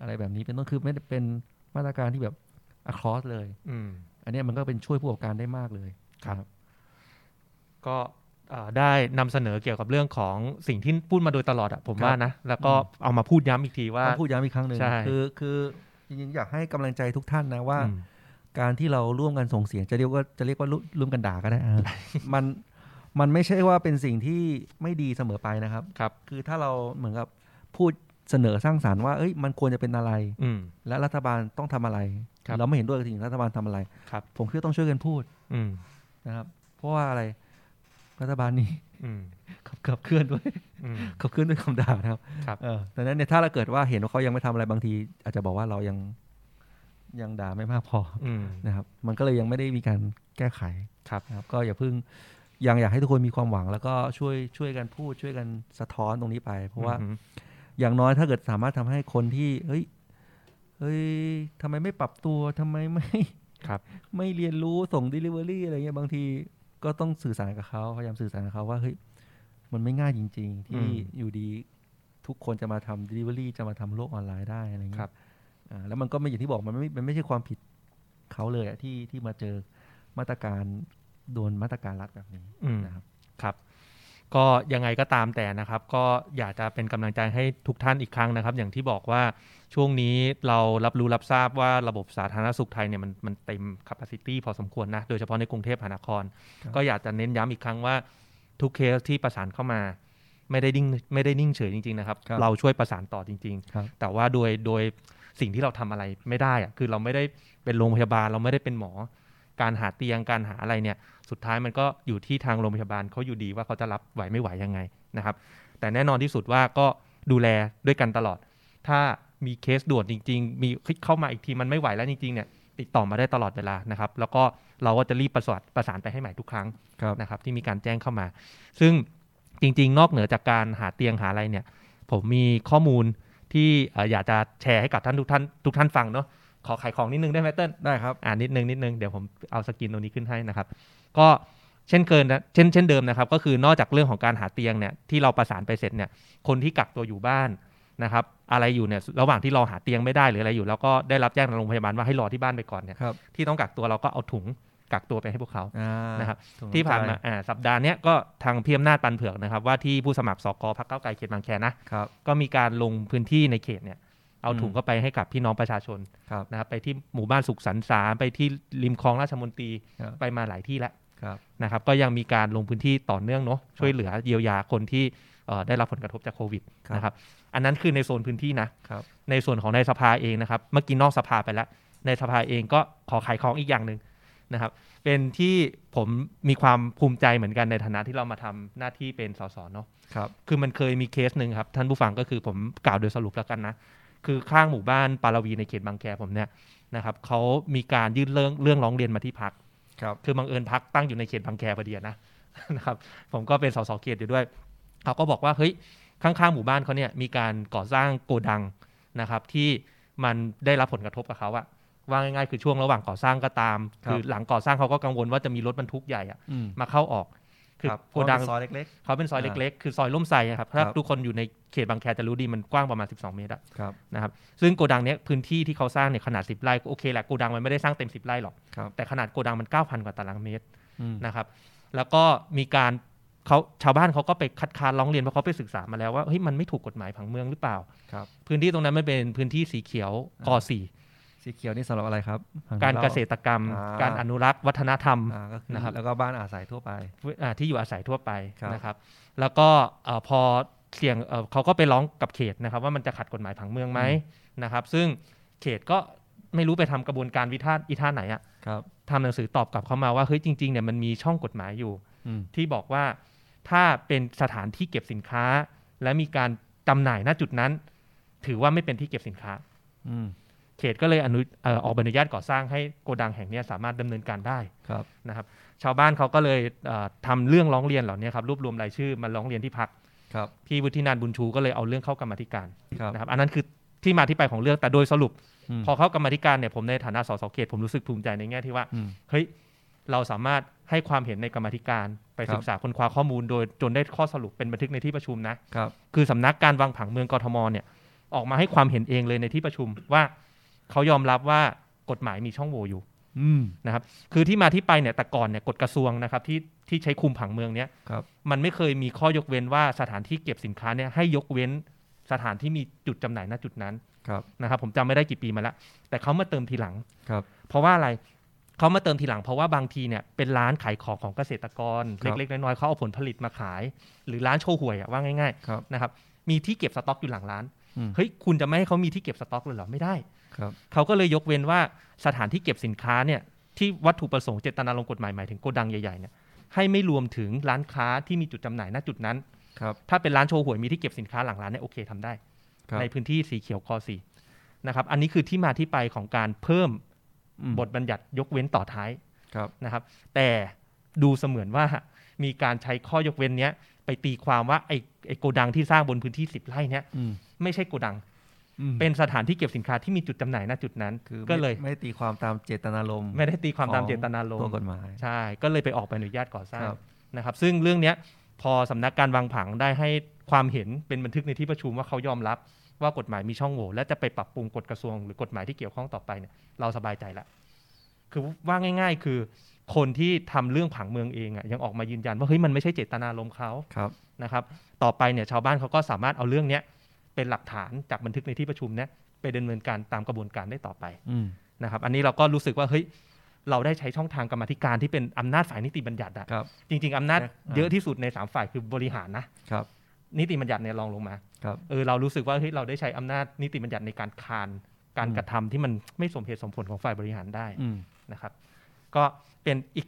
อะไรแบบนี้เป็นต้นคือไม่ได้เป็นมาตรการที่แบบ across เลย อืม อันเนี้ยมันก็เป็นช่วยผู้ประกอบการได้มากเลย ครับ ก็เอ่อได้นำเสนอเกี่ยวกับเรื่องของสิ่งที่พูดมาโดยตลอดอะผม ครับ ว่านะ แล้วก็ อืม เอามาพูดย้ำอีกทีว่า ต้องพูดย้ำอีกครั้งหนึ่ง ใช่ คือคือจริงๆอยากให้กำลังใจทุกท่านนะว่า อืม การที่เราร่วมกันส่งเสียงจะเรียกว่าจะเรียกว่าร่วมร่วมกันด่าก็ได้เออ มันมันไม่ใช่ว่าเป็นสิ่งที่ไม่ดีเสมอไปนะครับ ครับ คือถ้าเราเหมือนกับพูดเสนอสร้างสารรค์ว่าเอ้ยมันควรจะเป็นอะไร อืม และรัฐบาลต้องทำอะไร ครับ เราไม่เห็นด้วยกับสิ่งที่รัฐบาลทำอะไร ครับ ผมคิดว่าต้องช่วยกันพูด อืม นะครับ เพราะว่าอะไรรัฐบาลนี้ อืม ขับขับเคลื่อนด้วย อืม ขับเคลื่อนด้วยคำด่านะครับ ครับ เออดังนั้นเนี่ยถ้าเราเกิดว่าเห็นว่าเขายังไม่ทำอะไรบางที อาจจะบอกว่าเรายังยังด่าไม่มากพอ อืม นะครับ มันก็เลยยังไม่ได้มีการแก้ไข ครับ นะครับ ก็อย่าเพิ่งยังอยากให้ทุกคนมีความหวัง แล้วก็ช่วยช่วยกันพูดช่วยกันสะท้อนตรงนี้ไป เพราะว่า อืม อย่างน้อยถ้าเกิดสามารถทำให้คนที่เฮ้ยเฮ้ยทำไมไม่ปรับตัวทำไมไม่ ครับ ไม่เรียนรู้ส่ง Delivery อะไรเงี้ยบางทีก็ต้องสื่อสารกับเขาพยายามสื่อสารกับเขาว่าเฮ้ย มันไม่ง่ายจริง ๆ ที่ อืม อยู่ดีทุกคนจะมาทำ delivery จะมาทำโลกออนไลน์ได้อะไร ครั เงี้ บ ยอ่าแล้วมันก็ไม่อย่างที่บอกมันไม่มันไม่ใช่ความผิดเขาเลยอะที่ที่มาเจอมาตรการโดนมาตรการรัฐแบบนี้ อืม นะครับ ครับก็ยังไงก็ตามแต่นะครับ ก็อยากจะเป็นกำลังใจให้ทุกท่านอีกครั้งนะครับ อย่างที่บอกว่าช่วงนี้เรารับรู้รับทราบว่าระบบสาธารณสุขไทยเนี่ยมันมันเต็ม capacity พอสมควรนะโดยเฉพาะในกรุงเทพมหานคร ครับ ก็อยากจะเน้นย้ำอีกครั้งว่าทุกเคสที่ประสานเข้ามา ไม่ได้นิ่งไม่ได้นิ่งเฉยจริงๆนะครับ เราช่วยประสานต่อจริง ๆ ครับ แต่ว่าโดยโดยสิ่งที่เราทำอะไรไม่ได้อะคือเราไม่ได้เป็นโรงพยาบาล เราไม่ได้เป็นหมอ การหาเตียงการหาอะไรเนี่ย สุดท้ายมันก็อยู่ที่ทางโรงพยาบาลเขาอยู่ดีว่าเขาจะรับไหวไม่ไหวยังไงนะครับ แต่แน่นอนที่สุดว่าก็ดูแลด้วยกันตลอด ถ้ามีเคสด่วนจริง ๆ มีเข้ามาอีกทีมันไม่ไหวแล้วจริงๆเนี่ยติดต่อมาได้ตลอดเวลานะครับ แล้วก็เราก็จะรีบประสานประสานไปให้ใหม่ทุกครั้ง ครับ นะครับที่มีการแจ้งเข้ามา ซึ่งจริงๆ นอกเหนือจากการหาเตียงหาอะไรเนี่ย ผมมีข้อมูลที่เอ่ออยากจะแชร์ให้กับท่านทุกท่านทุกท่านฟังเนาะขอขายของนิดนึงได้ไหมเติ้ล ได้ครับ อ่านิดนึงนิดนึงเดี๋ยวผมเอาสกินตรงนี้ขึ้นให้นะครับ ก็เช่นเกินนะเช่นเช่นเดิมนะครับ ก็คือนอกจากเรื่องของการหาเตียงเนี่ยที่เราประสานไปเสร็จเนี่ยคนที่กักตัวอยู่บ้านนะครับอะไรอยู่เนี่ยระหว่างที่รอหาเตียงไม่ได้หรืออะไรอยู่ แล้วก็ได้รับแจ้งจากโรงพยาบาลว่าให้รอที่บ้านไปก่อนเนี่ย ครับ ที่ต้องกักตัวเราก็เอาถุงกักตัวไปให้พวกเขา อ่า นะครับ สใจ ที่ผ่านมาอ่าสัปดาห์เนี้ยก็ทางพี่อำนาจปันเผือกนะครับ ว่าที่ผู้สมัครสกพักเก้าวไกลเขตบางแคนะ ครับ ก็มีการลงพื้นที่ในเขตเนี่ย เอา อืม ถุงเข้าไปให้กับพี่น้องประชาชน ครับ นะครับ ไปที่หมู่บ้านสุขสันต์สามไปที่ริมคลองราชมนตรี ครับ ไปมาหลายที่แล้ว ครับ นะครับ ก็ยังมีการลงพื้นที่ต่อเนื่องเนาะช่วยเหลือเยียวยาคนที่เอ่อได้รับผลกระทบจากโควิด ครับ นะครับ อันนั้นคือในโซนพื้นที่นะ ครับ ในส่วนของในสภาเองนะครับ เมื่อกี้นอกสภาไปแล้ว ในสภาเองก็ขอขายของอีกอย่างหนึ่งนะครับ เป็นที่ผมมีความภูมิใจเหมือนกันในฐานะที่เรามาทำหน้าที่เป็นสสเนาะ ครับ คือมันเคยมีเคสหนึ่งครับ ท่านผู้ฟังก็คือผมกล่าวโดยสรุปแล้วกันนะ คือข้างหมู่บ้านปาราวีในเขตบางแคผมเนี่ยนะครับเขามีการยื่นเรื่องเรื่องร้องเรียนมาที่พัก ครับ คือบังเอิญพักตั้งอยู่ในเขตบางแคพอดีอะนะ นะครับ ผมก็เป็นสสเขตอยู่ด้วยเขาก็บอกว่าเฮ้ยข้างๆหมู่บ้านเขาเนี่ยมีการก่อสร้างโกดังนะครับ ที่มันได้รับผลกระทบกับเขาอะว่าง่ายๆคือช่วงระหว่างก่อสร้างก็ตาม ครับ คือหลังก่อสร้างเขาก็กังวลว่าจะมีรถบรรทุกใหญ่อะ อืม มาเข้าออกคือ รับ โกดัง เพราะมันเป็นซอยเล็ก เขาเป็นซอย อ่า เล็กๆ คือซอยร่มไทรอะครับคถ้ารับ ทุกคนอยู่ในเขตบางแคจะรู้ดีมันกว้างประมาณ 12 เมตรอะ ๆ ครับ นะครับซึ่งโกดังเนี้ยพื้นที่ที่เขาสร้างเนี่ยขนาด 10 ไร่ก็โอเคแหละโกดังมันไม่ได้สร้างเต็ม 10 ไร่หรอก ครับ แต่ขนาดโกดังมัน 9,000 กว่าตารางเมตร อืม นะครับแล้วก็มีการเขาชาวบ้านเขาก็ไปคัดค้านร้องเรียนเพราะเขาไปศึกษามาแล้วว่าเฮ้ยมันไม่ถูกกฎหมายผังเมืองหรือเปล่า ครับ พื้นที่ตรงนั้นมันเป็นพื้นที่สีเขียวกอสี สีเขียวนี่สำหรับอะไรครับฝั่ง การ ล่ เกษตรกรรม อ่า การอนุรักษ์วัฒนธรรม อ่าก็คือ นะครับ แล้วก็บ้านอาศัยทั่วไป อ่าที่อยู่อาศัยทั่วไป ครับ นะครับ แล้วก็เอ่อพอเสี่ยงเอ่อเขาก็ไปร้องกับเขตนะครับ ว่ามันจะขัดกฎหมายผังเมืองไหม อื นะครับ ซึ่งเขตก็ไม่รู้ไปทำกระบวนการวิธาอีท่าไหนอะ ครับ ทำหนังสือตอบกลับเข้ามาว่าเฮ้ยจริงๆเนี่ยมันมีช่องกฎหมายอยู่ อืม ที่บอกว่าถ้าเป็นสถานที่เก็บสินค้า และมีการจำหน่ายณจุดนั้น ถือว่าไม่เป็นที่เก็บสินค้า อืม เขตก็เลยอนุเอ่อออกใบอนุญาตก่อสร้างให้โกดังแห่งเนี้ยสามารถดำเนินการได้ ครับ นะครับชาวบ้านเขาก็เลยเอ่อทำเรื่องร้องเรียนเหล่านี้ครับรวบรวมรายชื่อมาร้องเรียนที่พัก ครับ พี่วุฒินันท์บุญชูก็เลยเอาเรื่องเข้ากรรมาธิการ ครับ นะครับอันนั้นคือที่มาที่ไปของเรื่องแต่โดยสรุป อืม พอเข้ากรรมาธิการเนี่ยผมในฐานะสสเขตผมรู้สึกภูมิใจในแง่ที่ว่า อืม เฮ้ยเราสามารถให้ความเห็นในกรรมาธิการไป ครับ ศึกษาค้นคว้าข้อมูลโดยจนได้ข้อสรุปเป็นบันทึกในที่ประชุมนะครับ คือสำนักการวางผังเมืองกทมเนี่ยออกมาให้ความเห็นเองเลยในที่ประชุมว่าเขายอมรับว่ากฎหมายมีช่องโหว่อยู่ อืม นะครับคือที่มาที่ไปเนี่ยแต่ก่อนเนี่ยกฎกระทรวงนะครับที่ที่ใช้คุมผังเมืองเนี่ย ครับ มันไม่เคยมีข้อยกเว้นว่าสถานที่เก็บสินค้าเนี่ยให้ยกเว้นสถานที่มีจุดจำหน่ายณจุดนั้น ครับ นะครับผมจำไม่ได้กี่ปีมาแล้ว แต่เขามาเติมทีหลัง ครับ เพราะว่าอะไรเขามาเติมทีหลังเพราะว่าบางทีเนี่ยเป็นร้านขายของของเกษตรกร ครับ เล็กๆน้อยๆเขาเอาผลผลิตมาขาย หรือร้านโชห่วยอะว่าง่าย ครับ ๆนะครับมีที่เก็บสต็อกอยู่หลังร้าน อืม เฮ้ยคุณจะไม่ให้เขามีที่เก็บสต็อกเลยเหรอไม่ได้ ครับ เขาก็เลยยกเว้นว่าสถานที่เก็บสินค้าเนี่ยที่วัตถุประสงค์เจตนาลงกฎหมายหมายถึงโกดังใหญ่ๆเนี่ยให้ไม่รวมถึงร้านค้าที่มีจุดจำหน่ายณจุดนั้น ครับ ถ้าเป็นร้านโชว์หวยมีที่เก็บสินค้าหลังร้านเนี่ยโอเคทำได้ ครับ ในพื้นที่สีเขียวคอสีนะครับอันนี้คือที่มาที่ไปของการเพิ่ม อืม บทบัญญัติยกเว้นต่อท้าย ครับ นะครับแต่ดูเสมือนว่ามีการใช้ข้อยกเว้นเนี้ยไปตีความว่าไอ้ไอ้โกดังที่สร้างบนพื้นที่10ไร่เนี้ย อืม ไม่ใช่โกดัง อืม เป็นสถานที่เก็บสินค้าที่มีจุดจำหน่ายณจุดนั้น คือ ก็ ไม่ เลย ไม่ตีความตามเจตนารมณ์ ไม่ได้ตีความตาม ของ เจตนาลม ตัว ณ์ กฎหมาย ใช่ ก็เลยไปออกใบอนุญาตก่อสร้าง ครับ นะครับ ซึ่งเรื่องเนี้ย พอสำนักการวางผังได้ให้ความเห็นเป็นบันทึกในที่ประชุมว่าเขายอมรับว่ากฎหมายมีช่องโหว่และจะไปปรับปรุงกฎกระทรวงหรือกฎหมายที่เกี่ยวข้องต่อไปเนี่ยเราสบายใจละคือว่าง่าย ๆ คือ คนที่ทำเรื่องผังเมืองเองอะยังออกมายืนยันว่าเฮ้ยมันไม่ใช่เจตนารมณ์เขา ครับ นะครับต่อไปเนี่ยชาวบ้านเขาก็สามารถเอาเรื่องเนี้ยเป็นหลักฐานจากบันทึกในที่ประชุมเนี้ยไปดำเนินการตามกระบวนการได้ต่อไป อืม นะครับอันนี้เราก็รู้สึกว่าเฮ้ยเราได้ใช้ช่องทางกรรมาธิการที่เป็นอำนาจฝ่ายนิติบัญญัติอะ ครับ จริง ๆอำนาจ นะอ่า เยอะที่สุดในสามฝ่ายคือบริหารนะครับ นิติบัญญัติเนี่ยรองลงมา ครับ เออเรารู้สึกว่าเฮ้ยเราได้ใช้อำนาจนิติบัญญัติในการคานการ อืม กระทำที่มันไม่สมเหตุสมผลของฝ่ายบริหารได้ อืม นะครับ ก็เป็นอีก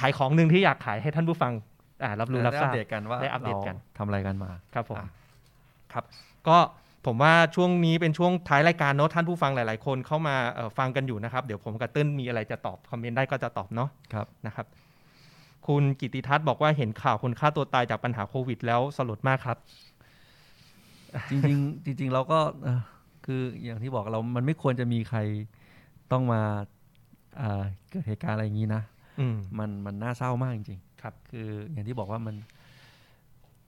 ขายของหนึ่งที่อยากขายให้ท่านผู้ฟังอ่ารับรู้รับ ได้ ท อั รา ป บ เดตกันว่า ได้อัปเดตกัน ราทำอะไรกันมา ครับผม อ่ะ ครับ ก็ผมว่าช่วงนี้เป็นช่วงท้ายรายการเนาะท่านผู้ฟังหลาย ๆ คนเข้ามาเอ่อฟังกันอยู่นะครับ เดี๋ยวผมกับเติ้ลมีอะไรจะตอบ คอมเมนต์ได้ก็จะตอบเนาะ ครับ นะครับ คุณกิติทัศน์บอกว่าเห็นข่าวคนฆ่าตัวตายจากปัญหาโควิด แล้วสลดมากครับ จริงๆ จริง ๆ เราก็เอ่อคืออย่างที่บอกเรา มันไม่ควรจะมีใครต้องมาอ่าเกิดเหตุการณ์อะไรอย่างนี้นะ อืม มันมันน่าเศร้ามากจริง ครับ คืออย่างที่บอกว่ามัน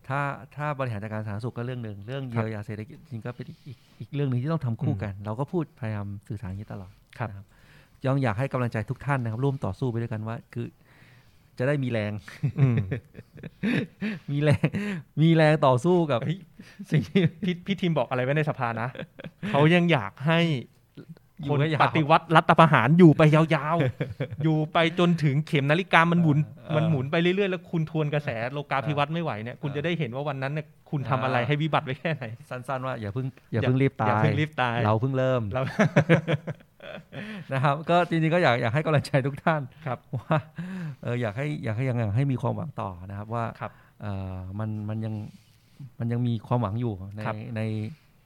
ถ้าถ้าบริหารจัดการสาธารณสุขก็เรื่องหนึ่งเรื่อง คเยีรับ ยวยาเศรษฐกิจจริงก็เป็นอีกอีกอีกเรื่องหนึ่งที่ต้องทำคู่ อืม กัน เราก็พูดพยายามสื่อสารอย่างนี้ตลอด ครับ นะยังอยากให้กำลังใจทุกท่านนะครับร่วมต่อสู้ไปด้วยกันว่า คือ จะได้มีแรง อืม มีแรง มีแรงต่อสู้กับ เฮ้ย สิ่งที่ พี่พี่ทีมบอกอะไรไว้ในสภานะ เขายังอยากให้ อยู่ คน ให้ยาว ปฏิวัติรัฐประหารอยู่ไปยาวๆ อยู่ไปจนถึงเข็มนาฬิกามันหมุน เออ มันหมุนไปเรื่อยๆ แล้วคุณทวนกระแสโลกาภิวัตน์ไม่ไหวเนี่ยคุณ เออ จะได้เห็นว่าวันนั้นเนี่ยคุณทำอะไร เออ ให้วิบัติไว้แค่ไหน สั้นๆว่าอย่าเพิ่งอย่า อย่า เพิ่งรีบตา อย่าย เพิ่งรีบตาย เราเพิ่งเริ่ม เรา นะครับ ก็จริงๆก็อยากอยากให้กำลังใจทุกท่าน ครับ ว่าเอออยากให้อยากให้ยังอยากให้มีความหวังต่อนะครับว่า ครับ เออมันมันยังมันยังมีความหวังอยู่ใน ครับ ใน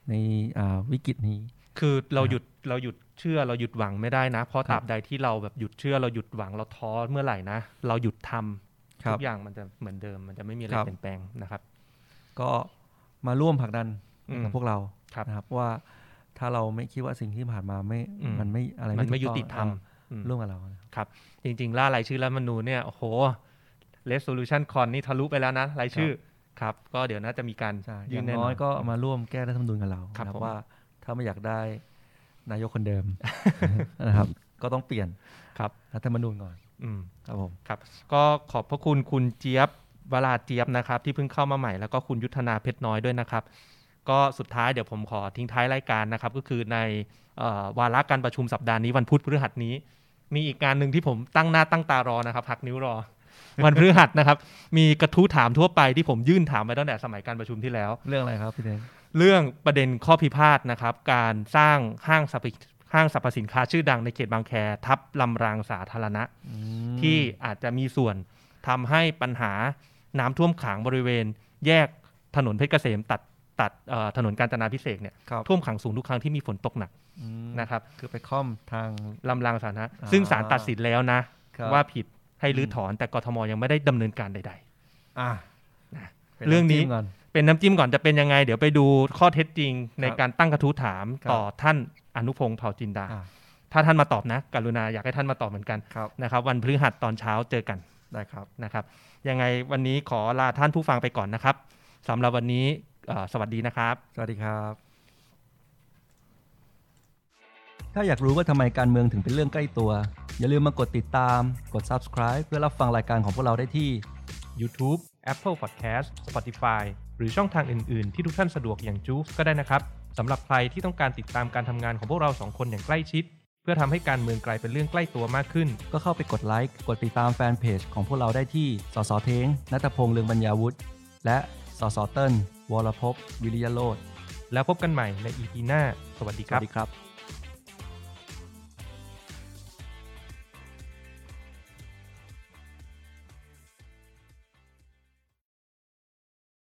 ในอ่าวิกฤตนี้ คือเรา ครับ หยุดเราหยุดเชื่อเราหยุดหวังไม่ได้นะ เพราะ ครั ตรา บบ ใดที่เราแบบหยุดเชื่อเราหยุดหวังเราท้อเมื่อไหร่นะเราหยุดทำ ครั ทุ บ กอย่างมันจะเหมือนเดิมมันจะไม่มีอะไร ครับ เปลี่ยนแปลงนะครับ ก็มาร่วมผลักดัน อืม กับพวกเรา ครับ นะครับว่าถ้าเราไม่คิดว่าสิ่งที่ผ่านมาไม่ อืม มันไม่อะไร มันไม่ยุ ถูกอง ติธรรม อ่ะ อืม ร่วมกับเรานะ จริงๆ ล่ารายชื่อรัฐธรรมนูญเนี่ย โอ้โห resolution con นี่ทะลุไปแล้วนะ รายชื่อ ครับ ก็เดี๋ยวน่าจะมีการ ใช่อ ยื่ ย่าน ง แน่น น้ อ อน ยก็มาร่วมแก้รัฐธรรมนูญกับเรา ครันะบผม ว่าถ้าไม่อยากได้นายกคนเดิ ม นะครับ ก็ต้องเปลี่ยน ครับ รัฐธรรมนูญก่อน อืม ครับผม ครับก็ขอบพระคุณคุณเจี๊ยบวลาเจี๊ยบนะครับ ที่เพิ่งเข้ามาใหม่แล้วก็คุณยุทธนาเพชรน้อยด้วยนะครับ ก็สุดท้ายเดี๋ยวผมขอทิ้งท้ายรายการนะครับ ก็คือในเอ่อวาระการประชุมสัปดาห์นี้วันพุธพฤหัสนี้ มีอีกการหนึ่งที่ผมตั้งหน้าตั้งตารอนะครับหักนิ้วรอ วันพฤหัสนะครับ มีกระทู้ถามทั่วไปที่ผมยื่นถามไปตั้งแต่สมัยการประชุมที่แล้ว เรื่องอะไรครับพี่เด้ง เรื่องประเด็นข้อพิพาทนะครับ การสร้างห้างสรรพห้างสรรพสินค้าชื่อดังในเขตบางแคทับลำรางสาธารณะ อืม ที่อาจจะมีส่วนทำให้ปัญหาน้ำท่วมขังบริเวณ แยกถนนเพชรเกษมตัดตัดเอ่อถนนกาญจนาพิเศษกเนี่ย ครับ ท่วมขังสูงทุกครั้งที่มีฝนตกหนัก อืม นะครับ คือไปค่อมทาง ลำรางสาธารณะ อ่า ซึ่งศาลตัดสินแล้วนะ ครับ ว่าผิดให้รื้อถอนแต่กทมยังไม่ได้ดำเนินการใด อ่ะ นะ ป็ เรื่องำนี้จิ้มก่ ๆ เป็นน้ำจิ้มก่อนจะเป็นยังไง เดี๋ยวไปดูข้อเท็จจริง ใน ครับ การตั้งกระทู้ถาม ครับ ต่อท่านอนุพงศ์เผ่าจินดา อ่ะ ถ้าท่านมาตอบนะ กรุณาอยากให้ท่านมาตอบเหมือนกัน ครับ นะครับวันพฤหัสตอนเช้าเจอกัน ได้ครับ นะครับยังไงวันนี้ขอลาท่านผู้ฟังไปก่อนนะครับสำหรับวันนี้เอ่อสวัสดีนะครับ สวัสดีครับ ถ้าอยากรู้ว่าทำไมการเมืองถึงเป็นเรื่องใกล้ตัว อย่าลืมมากดติดตาม กด subscribe เพื่อรับฟังรายการของพวกเราได้ที่ YouTube Apple Podcast Spotify หรือช่องทางอื่น ๆ ที่ทุกท่านสะดวกอย่างจู๊กก็ได้นะครับสำหรับใครที่ต้องการติดตามการทำงานของพวกเราสองคนอย่างใกล้ชิด เพื่อทำให้การเมืองกลายเป็นเรื่องใกล้ตัวมากขึ้น ก็เข้าไปกดไลค์ กดติดตามแฟนเพจของพวกเราได้ที่ สสเทงนัตพงษ์เลืองบรรยาวุฒิ และสสเติ้ลวรภพวิริยโรธ แล้วพบกันใหม่ใน EP หน้า สวัสดี ส ค วั รั ส บ ดีครับ